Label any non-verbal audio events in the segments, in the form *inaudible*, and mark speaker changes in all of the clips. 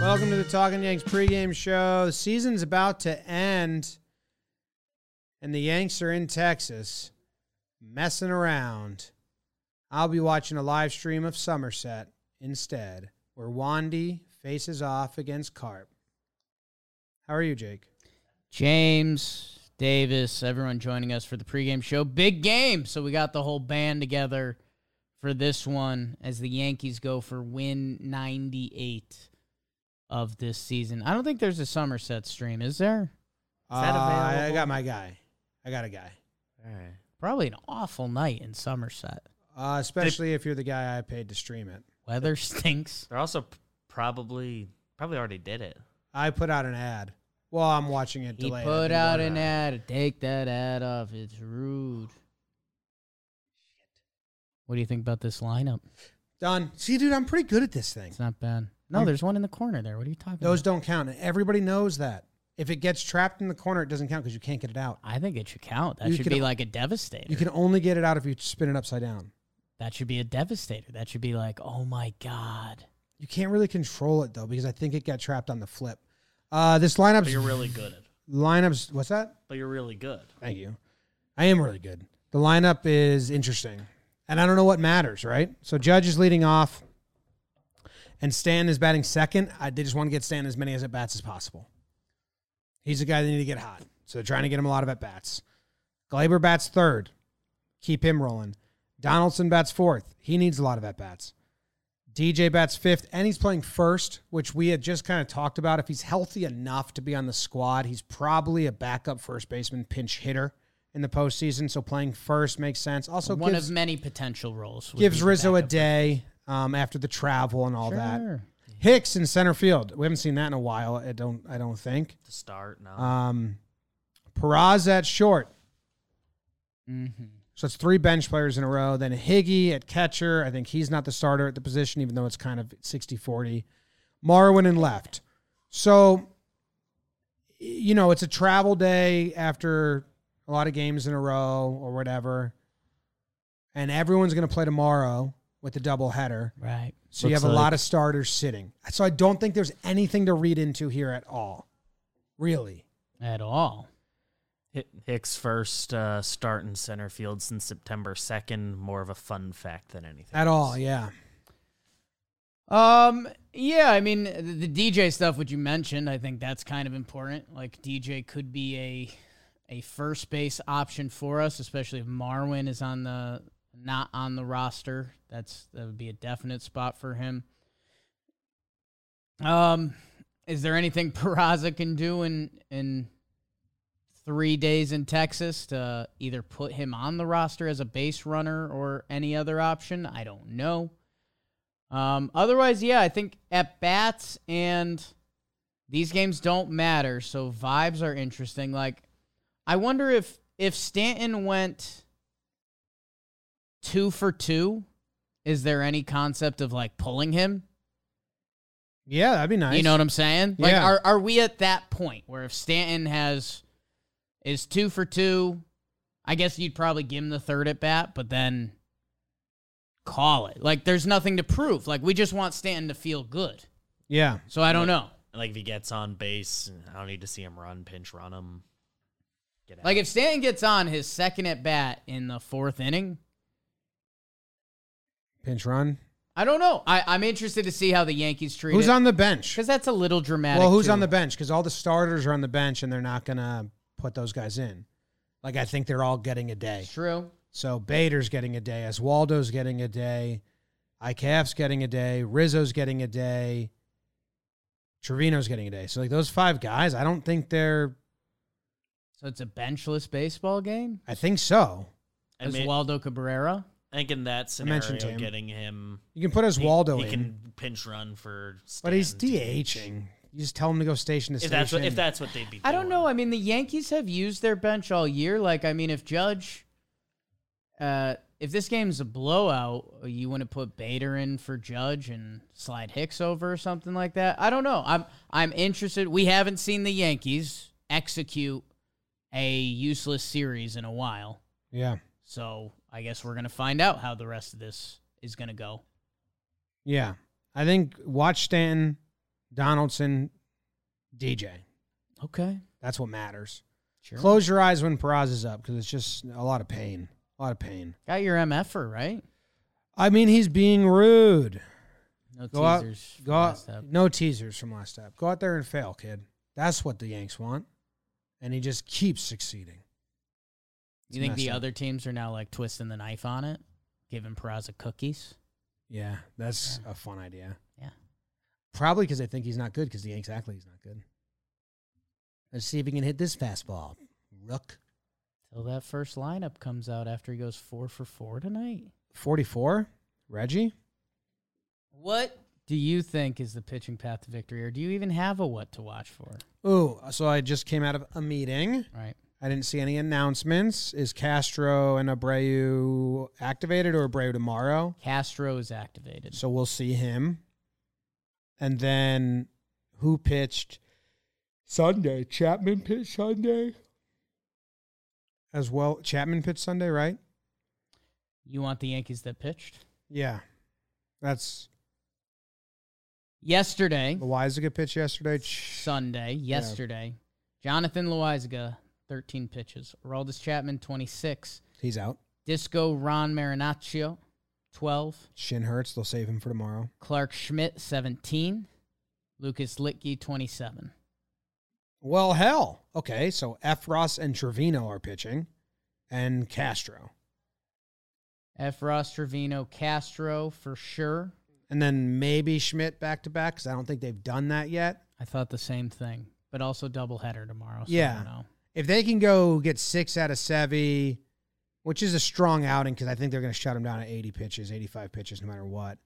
Speaker 1: Welcome to the Talking Yanks pregame show. The season's about to end, and the Yanks are in Texas messing around. I'll be watching a live stream of Somerset instead, where Wandy faces off against Carp. How are you, Jake?
Speaker 2: James, Davis, everyone joining us for the pregame show. Big game. So we got the whole band together for this one as the Yankees go for win 98 of this season. I don't think there's a Somerset stream, is there?
Speaker 3: that
Speaker 1: Uh, I
Speaker 3: available?
Speaker 1: got my guy. I got a guy.
Speaker 3: All right.
Speaker 2: Probably an awful night in Somerset.
Speaker 1: Uh, especially if you're the guy I paid to stream it.
Speaker 2: Weather
Speaker 3: *laughs*
Speaker 2: stinks.
Speaker 3: They're also p- probably probably already did it.
Speaker 1: I put out an ad. Well, I'm watching it
Speaker 2: He
Speaker 1: delayed.
Speaker 2: put out an
Speaker 3: that.
Speaker 2: ad. Take that ad off. It's rude. What do you think about this lineup?
Speaker 1: Done. See, dude, I'm pretty good at this thing.
Speaker 2: It's not bad. No,
Speaker 1: Hmm.
Speaker 2: there's one in the corner there. What are you talking
Speaker 1: Those
Speaker 2: about?
Speaker 1: don't count. and Everybody knows that. If it gets trapped in the corner, it doesn't count because you can't get it out.
Speaker 2: I think it should count. That
Speaker 1: You
Speaker 2: should
Speaker 1: can-
Speaker 2: be like a devastator.
Speaker 1: You can only get it out if you spin it upside down.
Speaker 2: That should be a devastator. That should be like, oh my god.
Speaker 1: You can't really control it though because I think it got trapped on the flip. Uh, this lineup's
Speaker 3: But you're really good at it.
Speaker 1: lineups. What's that?
Speaker 3: But you're really good.
Speaker 1: Thank you. I am really good. The lineup is interesting. And I don't know what matters, right? So Judge is leading off and Stan is batting second. I, they just want to get Stan as many as at bats as possible. He's a guy they need to get hot. So they're trying to get him a lot of at bats. Glaber bats third. Keep him rolling. Donaldson bats fourth. He needs a lot of at bats. DJ bats fifth, and he's playing first, which we had just kind of talked about. If he's healthy enough to be on the squad, he's probably a backup first baseman pinch hitter in the postseason. So playing first makes sense. Also,
Speaker 2: One
Speaker 1: gives,
Speaker 2: of many potential roles. would be
Speaker 1: gives
Speaker 2: the
Speaker 1: Rizzo a
Speaker 2: backup.
Speaker 1: day um, after the travel and all that.
Speaker 2: Sure.
Speaker 1: Hicks in center field. We haven't seen that in a while. I don't. I don't think.
Speaker 3: To start, no.
Speaker 1: Um, Peraz at short.
Speaker 2: Mhm.
Speaker 1: So it's three bench players in a row. Then Higgy at catcher. I think he's not the starter at the position, even though it's kind of 60 40. Marwin in left. So, you know, it's a travel day after a lot of games in a row or whatever. And everyone's going to play tomorrow with the doubleheader.
Speaker 2: Right.
Speaker 1: So you
Speaker 2: Looks
Speaker 1: have a lot
Speaker 2: like-
Speaker 1: of starters sitting. So I don't think there's anything to read into here at all, really.
Speaker 2: At all.
Speaker 3: Hi- Hicks' first uh, start in center field since September 2nd. More of a fun fact than anything.
Speaker 1: At all,
Speaker 3: else.
Speaker 1: yeah.
Speaker 2: Um. Yeah. I mean, the, the DJ stuff, which you mentioned, I think that's kind of important. Like DJ could be a a first base option for us, especially if Marwin is on the not on the roster. That's that would be a definite spot for him. Um. Is there anything *laughs* Peraza can do in in three days in Texas to either put him on the roster as a base runner or any other option? I don't know. Um, otherwise, yeah, I think at bats and these games don't matter, so vibes are interesting. Like, I wonder if if Stanton went two for two, is there any concept of like pulling him?
Speaker 1: Yeah, that'd be nice.
Speaker 2: You know what I'm saying? Like,
Speaker 1: Yeah.
Speaker 2: are are we at that point where if Stanton has is two for two, I guess you'd probably give him the third at bat, but then call it. Like, there's nothing to prove. Like, we just want Stanton to feel good.
Speaker 1: yeah.
Speaker 2: So I don't know.
Speaker 3: Like if he gets on base, I don't need to see him run, pinch, run him. Get out.
Speaker 2: Like, if Stanton gets on his second at bat in the fourth inning,
Speaker 1: Pinch run.
Speaker 2: I don't know. I, I'm interested to see how the Yankees treat
Speaker 1: Who's
Speaker 2: it
Speaker 1: on the bench?
Speaker 2: because that's a little dramatic.
Speaker 1: Well, who's
Speaker 2: too.
Speaker 1: on the bench? Because all the starters are on the bench, and they're not gonna put those guys in. Like I think they're all getting a day.
Speaker 2: True.
Speaker 1: So Bader's getting a day, Oswaldo's getting a day, IKF's getting a day, Rizzo's getting a day, Trevino's getting a day. So like those five guys, I don't think they're.
Speaker 2: So it's a benchless baseball game.
Speaker 1: I think so.
Speaker 3: I, mean,
Speaker 2: Oswaldo Cabrera.
Speaker 3: I think in that
Speaker 1: I
Speaker 3: scenario,
Speaker 1: mentioned him.
Speaker 3: getting him,
Speaker 1: You can put Oswaldo
Speaker 3: he,
Speaker 1: in,
Speaker 3: he can pinch run for.
Speaker 1: but he's
Speaker 3: Stanton to pinch.
Speaker 1: DHing. You just tell him to go station to
Speaker 3: If
Speaker 1: station.
Speaker 3: that's what, if that's what they'd be.
Speaker 2: I don't
Speaker 3: doing.
Speaker 2: know. I mean, the Yankees have used their bench all year. Like, I mean, if Judge, uh, if this game's a blowout, you want to put Bader in for Judge and slide Hicks over or something like that. I don't know. I'm I'm interested. We haven't seen the Yankees execute a useless series in a while,
Speaker 1: yeah,
Speaker 2: so I guess we're gonna find out how the rest of this is gonna go.
Speaker 1: yeah. I think watch Stanton, Donaldson, DJ.
Speaker 2: Okay.
Speaker 1: That's what matters.
Speaker 2: Sure.
Speaker 1: Close your eyes when Peraz is up because it's just a lot of pain. A lot of pain.
Speaker 2: Got your MFer right.
Speaker 1: I mean, he's being rude.
Speaker 2: No
Speaker 1: Go out-
Speaker 2: teasers. for
Speaker 1: Go out,
Speaker 2: last up.
Speaker 1: no teasers from last step. Go out there and fail, kid. That's what the Yanks want, and he just keeps succeeding.
Speaker 2: You think
Speaker 1: messed
Speaker 2: the
Speaker 1: up.
Speaker 2: other teams are now like twisting the knife on it, giving Peraza cookies?
Speaker 1: Yeah, that's a fun idea.
Speaker 2: Yeah.
Speaker 1: Probably because they think he's not good because the Yanks act like he's not good. Let's see if he can hit this fastball. Rook.
Speaker 2: Till that first lineup comes out after he goes four for four tonight.
Speaker 1: 44. Reggie.
Speaker 2: What do you think is the pitching path to victory, or do you even have a what to watch for?
Speaker 1: Ooh, so I just came out of a meeting.
Speaker 2: Right.
Speaker 1: I didn't see any announcements. Is Castro and Abreu activated or Abreu tomorrow?
Speaker 2: Castro is activated.
Speaker 1: So we'll see him. And then who pitched Sunday? Chapman pitched Sunday as well. Chapman pitched Sunday, right?
Speaker 2: You want the Yankees that pitched?
Speaker 1: Yeah. That's
Speaker 2: Yesterday,
Speaker 1: Loizaga pitch yesterday. Ch-
Speaker 2: Sunday, yesterday, Jonathan Loizaga, 13 pitches. Araldis Chapman, 26.
Speaker 1: He's out.
Speaker 2: Disco Ron Marinaccio, 12.
Speaker 1: Shin hurts. They'll save him for tomorrow.
Speaker 2: Clark Schmidt, 17. Lucas Litke, 27.
Speaker 1: Well, hell. Okay, so F. Ross and Trevino are pitching, and Castro,
Speaker 2: F. Ross, Trevino, Castro, for sure.
Speaker 1: and then maybe Schmidt back to back because I don't think they've done that yet.
Speaker 2: I thought the same thing, but also doubleheader tomorrow. So I
Speaker 1: Yeah.
Speaker 2: don't know.
Speaker 1: If they can go get six out of Sevy, which is a strong outing because I think they're going to shut him down at eighty pitches, eighty-five pitches, no matter what.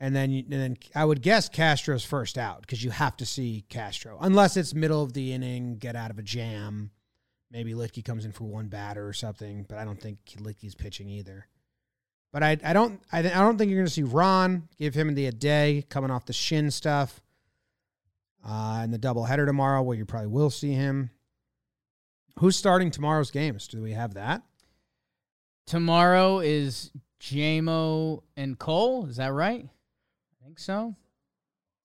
Speaker 1: And then, you- and then I would guess Castro's first out because you have to see Castro unless it's middle of the inning, get out of a jam. Maybe Litke comes in for one batter or something, but I don't think Litke's pitching either. But I, I don't I, I don't think you're going to see Ron give him the a day coming off the shin stuff, uh, and the doubleheader tomorrow where you probably will see him. Who's starting tomorrow's games? Do we have that?
Speaker 2: Tomorrow is Jamo and Cole. Is that right? I think so.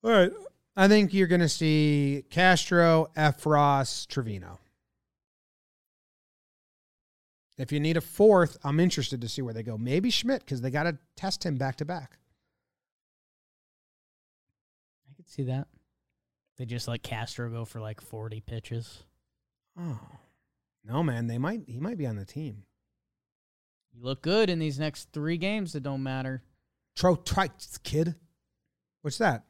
Speaker 1: All right. I think you're going to see Castro, Efros, Trevino. If you need a fourth, I'm interested to see where they go. Maybe Schmidt because they got to test him back to back.
Speaker 2: I could see that. They just let Castro go for like 40 pitches.
Speaker 1: Oh no, man! They might he might be on the team.
Speaker 2: You look good in these next three games that don't matter.
Speaker 1: Tro trikes kid. What's that?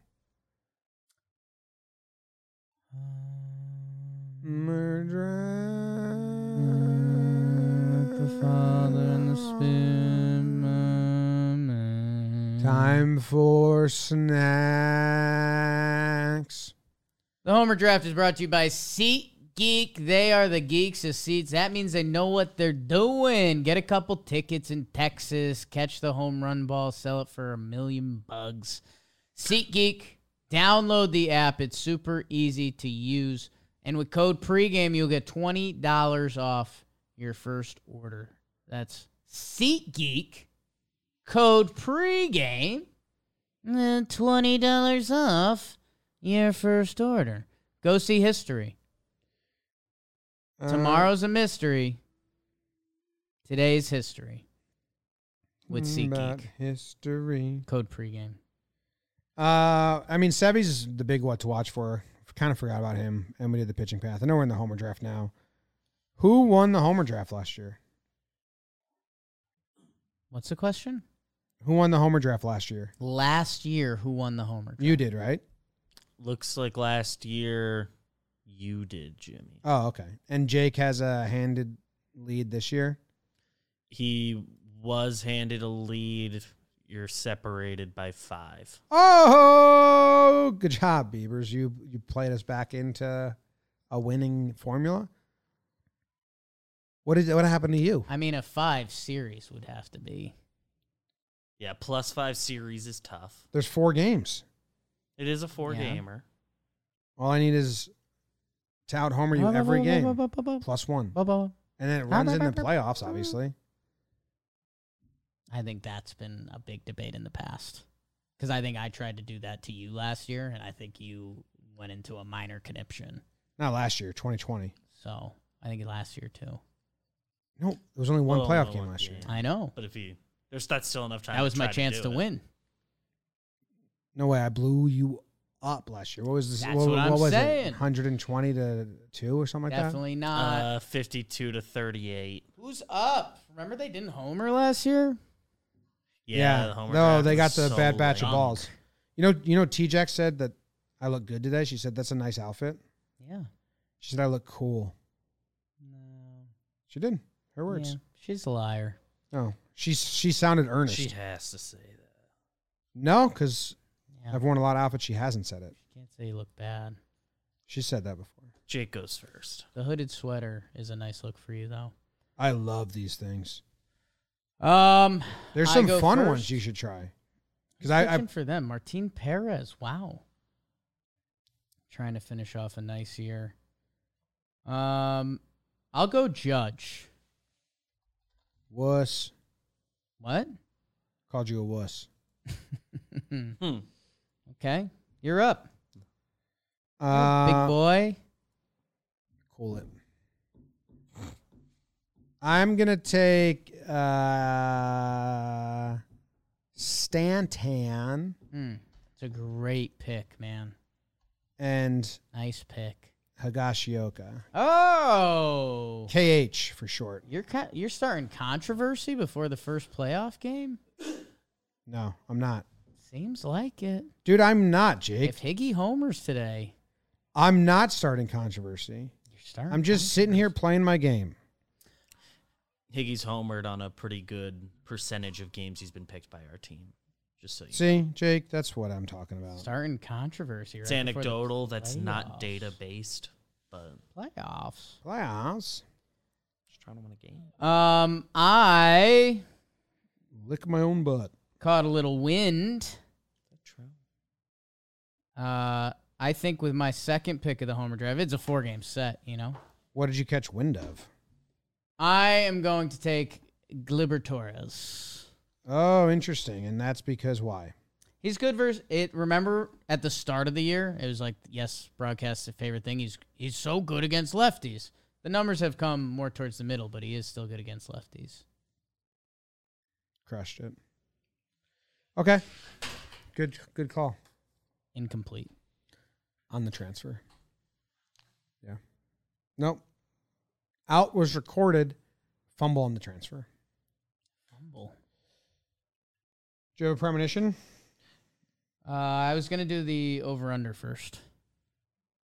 Speaker 2: the Father and the Spirit.
Speaker 1: Time for snacks.
Speaker 2: The Homer Draft is brought to you by Seat Geek. They are the geeks of seats. That means they know what they're doing. Get a couple tickets in Texas, catch the home run ball, sell it for a million bugs. Seat Geek, download the app. It's super easy to use. And with code pregame, you'll get $20 off your first order. That's Seat Geek, code pregame, and $20 off your first order. Go see history.
Speaker 1: Uh,
Speaker 2: Tomorrow's a mystery. Today's history.
Speaker 1: Mm,
Speaker 2: With
Speaker 1: about
Speaker 2: SeatGeek.
Speaker 1: history.
Speaker 2: Code pregame.
Speaker 1: Uh, I mean, Sevy's the big what to watch for. Kind of forgot about him, and we did the pitching path. I know we're in the homer draft now. Who won the homer draft last year?
Speaker 2: What's the question?
Speaker 1: Who won the homer draft last year?
Speaker 2: Last year, who won the Homer?
Speaker 1: You did, right?
Speaker 3: Looks like last year you did, Jimmy.
Speaker 1: Oh, okay. And Jake has a handed lead this year.
Speaker 3: He was handed a lead. You're separated by five.
Speaker 1: Oh, good job, Beavers. You you played us back into a winning formula. What did what happened to you?
Speaker 2: I mean, a five series would have to be.
Speaker 3: Yeah, plus five series is tough.
Speaker 1: There's four games.
Speaker 3: It is a four
Speaker 2: Yeah.
Speaker 3: gamer.
Speaker 1: All I need is to out homer you every game plus one, and then it runs in the playoffs. Obviously,
Speaker 2: I think that's been a big debate in the past. Because I think I tried to do that to you last year, and I think you went into a minor conniption.
Speaker 1: not last year, 2020.
Speaker 2: So I think last year, too.
Speaker 1: No, there was only one
Speaker 3: Well,
Speaker 1: playoff
Speaker 3: well,
Speaker 1: game
Speaker 3: one
Speaker 1: last year.
Speaker 3: game.
Speaker 2: I know.
Speaker 3: But if you there's not still enough time.
Speaker 2: That was
Speaker 3: to
Speaker 2: my
Speaker 3: try
Speaker 2: chance
Speaker 3: do
Speaker 2: to
Speaker 3: it.
Speaker 2: win.
Speaker 1: No way, I blew you up last year. What was this?
Speaker 2: That's
Speaker 1: what,
Speaker 2: what I'm
Speaker 1: was it?
Speaker 2: saying.
Speaker 1: 120 to two or something like
Speaker 2: Definitely not.
Speaker 3: Uh, fifty-two to thirty-eight.
Speaker 2: Who's up? Remember they didn't homer last year?
Speaker 1: that.
Speaker 3: Yeah, the
Speaker 1: no,
Speaker 3: homer draft
Speaker 1: they got
Speaker 3: was
Speaker 1: the
Speaker 3: so
Speaker 1: bad batch
Speaker 3: lame.
Speaker 1: of balls. You know, you know. T Jack said that I look good today. She said that's a nice outfit.
Speaker 2: Yeah.
Speaker 1: She said I look cool.
Speaker 2: No.
Speaker 1: She did. Her words.
Speaker 2: Yeah, she's a liar.
Speaker 1: No, she she sounded earnest.
Speaker 3: She has to say that.
Speaker 1: no, because
Speaker 2: Yeah.
Speaker 1: I've worn a lot of outfits. She hasn't said it.
Speaker 2: Can't say you look bad.
Speaker 1: She said that before.
Speaker 3: Jake goes first.
Speaker 2: The hooded sweater is a nice look for you, though.
Speaker 1: I love these things.
Speaker 2: Um,
Speaker 1: There's
Speaker 2: I
Speaker 1: some
Speaker 2: go
Speaker 1: fun
Speaker 2: first.
Speaker 1: ones you should try. Because
Speaker 2: I'm
Speaker 1: I, I
Speaker 2: pitching for them, Martin Perez. Wow, trying to finish off a nice year. Um, I'll go Judge.
Speaker 1: wuss
Speaker 2: What?
Speaker 1: called you a wuss.
Speaker 3: Hmm.
Speaker 2: okay, you're up, big
Speaker 1: Uh,
Speaker 2: boy.
Speaker 1: cool it. I'm gonna take uh, Stanton
Speaker 2: Mm, it's a great pick, man.
Speaker 1: and
Speaker 2: Nice pick.
Speaker 1: Higashioka,
Speaker 2: Oh,
Speaker 1: KH for short.
Speaker 2: you're ca- you're starting controversy before the first playoff game.
Speaker 1: No, I'm not,
Speaker 2: Seems like it.
Speaker 1: dude. I'm not Jake.
Speaker 2: If Higgy homers today,
Speaker 1: I'm not starting controversy.
Speaker 2: you're starting.
Speaker 1: I'm just sitting here playing my game.
Speaker 3: Higgy's homered on a pretty good percentage of games he's been picked by our team. Just so you know.
Speaker 1: See, Jake, that's what I'm talking about.
Speaker 2: starting controversy. Right
Speaker 3: It's
Speaker 2: before the
Speaker 3: anecdotal. That's
Speaker 2: playoffs.
Speaker 3: not data based, but
Speaker 2: playoffs.
Speaker 1: Playoffs.
Speaker 3: just trying to win a game.
Speaker 2: Um, I
Speaker 1: Lick my own butt.
Speaker 2: caught a little wind.
Speaker 3: Is that true?
Speaker 2: Uh, I think with my second pick of the homer drive, it's a four game set. You know,
Speaker 1: What did you catch wind of?
Speaker 2: I am going to take Gleyber Torres.
Speaker 1: Oh, interesting. And that's because why?
Speaker 2: He's good versus it. Remember at the start of the year, it was like yes, broadcast's favorite thing. He's he's so good against lefties. The numbers have come more towards the middle, but he is still good against lefties.
Speaker 1: Crushed it. Okay. Good good call.
Speaker 2: Incomplete.
Speaker 1: On the transfer. Yeah. Nope. Out was recorded. Fumble on the transfer.
Speaker 2: Fumble.
Speaker 1: Do you have a premonition?
Speaker 2: Uh, I was gonna do the over under first.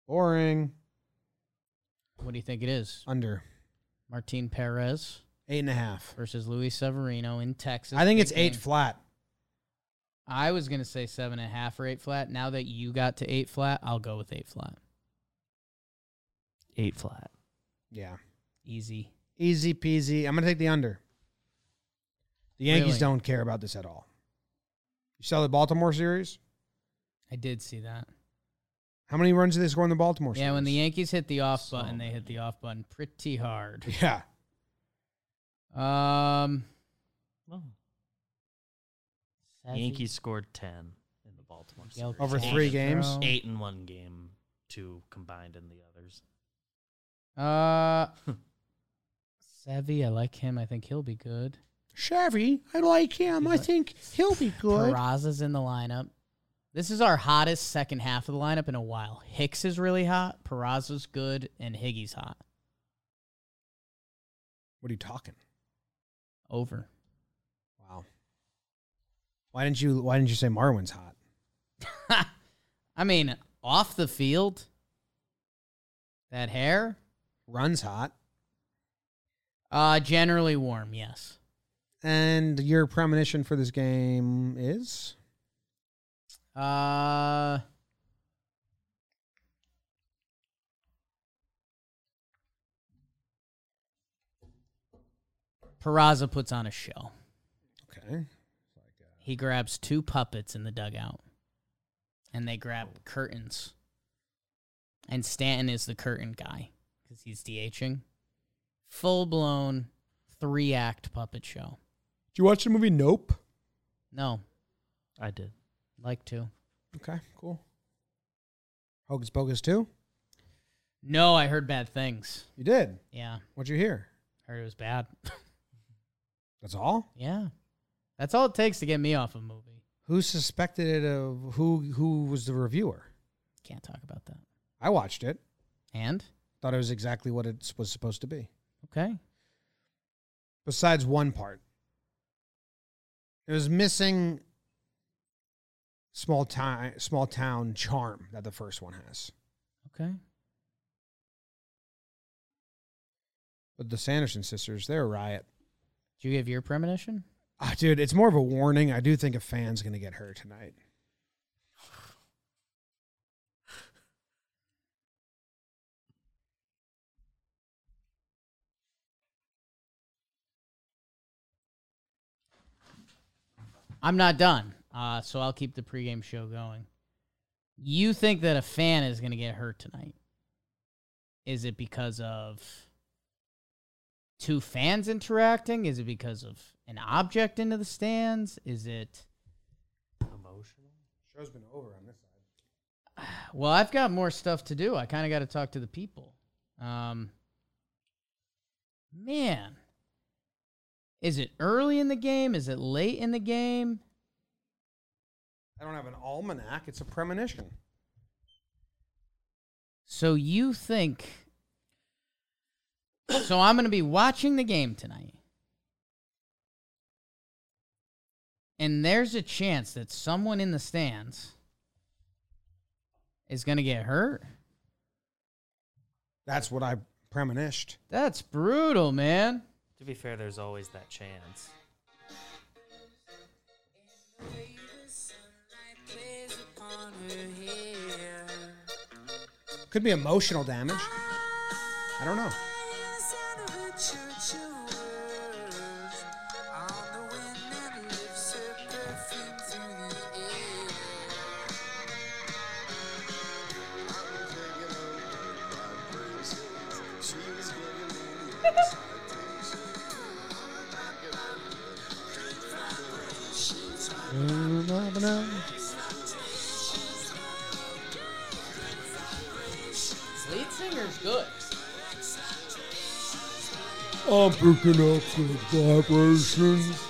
Speaker 1: Boring.
Speaker 2: What do you think it is?
Speaker 1: Under.
Speaker 2: Martin Perez
Speaker 1: Eight and a half.
Speaker 2: versus Luis Severino in Texas.
Speaker 1: I think
Speaker 2: Big
Speaker 1: it's eight
Speaker 2: game.
Speaker 1: flat.
Speaker 2: I was gonna say seven and a half or eight flat. Now that you got to eight flat, I'll go with eight flat.
Speaker 3: Eight flat.
Speaker 1: Yeah.
Speaker 2: Easy.
Speaker 1: Easy peasy. I'm gonna take the under. The Yankees
Speaker 2: Really?
Speaker 1: don't care about this at all. You saw the Baltimore series?
Speaker 2: I did see that.
Speaker 1: How many runs did they score in the Baltimore series?
Speaker 2: Yeah, when the Yankees hit the off
Speaker 3: So
Speaker 2: button, they hit the off button pretty hard.
Speaker 1: *laughs* Yeah.
Speaker 2: Um,
Speaker 3: Well,
Speaker 2: Sezzy,
Speaker 3: Yankees scored ten in the Baltimore
Speaker 2: Miguel
Speaker 3: series.
Speaker 1: Over
Speaker 3: Eight-
Speaker 1: three games?
Speaker 2: Castro.
Speaker 1: *laughs*
Speaker 3: Eight in one game, two combined in the others.
Speaker 2: Uh, Sevy, I like him. I think he'll be good.
Speaker 1: Chevy, I like him. I think he'll be good.
Speaker 2: Peraza's in the lineup. This is our hottest second half of the lineup in a while. Hicks is really hot. Peraza's good, and Higgy's hot.
Speaker 1: What are you talking?
Speaker 2: Over.
Speaker 1: Wow. Why didn't you why didn't you say Marwin's hot?
Speaker 2: I mean, off the field, that hair,
Speaker 1: Runs hot.
Speaker 2: uh, generally warm. Yes,
Speaker 1: And your premonition for this game is
Speaker 2: Uh, Peraza puts on a show.
Speaker 1: okay.
Speaker 2: He grabs two puppets in the dugout, and they grab curtains. And Stanton is the curtain guy because he's DHing. Full blown three act puppet show.
Speaker 1: Did you watch the movie Nope?
Speaker 2: No,
Speaker 3: I did.
Speaker 2: like to.
Speaker 1: Okay, cool. Hocus Pocus two.
Speaker 2: No, I heard bad things.
Speaker 1: You did.
Speaker 2: Yeah,
Speaker 1: What'd you hear?
Speaker 2: heard it was bad. *laughs*
Speaker 1: That's all.
Speaker 2: Yeah. That's all it takes to get me off a movie.
Speaker 1: Who suspected it of who? Who was the reviewer?
Speaker 2: Can't talk about that.
Speaker 1: I watched it.
Speaker 2: And?
Speaker 1: Thought it was exactly what it was supposed to be.
Speaker 2: Okay.
Speaker 1: Besides one part, it was missing small town small town charm that the first one has.
Speaker 2: Okay.
Speaker 1: But the Sanderson sisters, they're a riot.
Speaker 2: Did you give your premonition?
Speaker 1: Ah, dude, it's more of a warning. I do think a fan's gonna get hurt tonight.
Speaker 2: I'm not done. Uh, so I'll keep the pregame show going. You think that a fan is going to get hurt tonight? Is it because of two fans interacting? Is it because of an object into the stands? Is it.
Speaker 3: Emotional.
Speaker 1: Show's been over on this side.
Speaker 2: Well, I've got more stuff to do. I kind of got to talk to the people. Um, man, is it early in the game? Is it late in the game?
Speaker 1: I don't have an almanac. It's a premonition.
Speaker 2: So you think? so I'm going to be watching the game tonight, and there's a chance that someone in the stands is going to get hurt.
Speaker 1: That's what I premonished.
Speaker 2: That's brutal, man.
Speaker 3: To be fair, there's always that chance.
Speaker 1: Could be emotional damage. I don't know.
Speaker 2: Lead singer's good.
Speaker 1: I'm picking up good vibrations.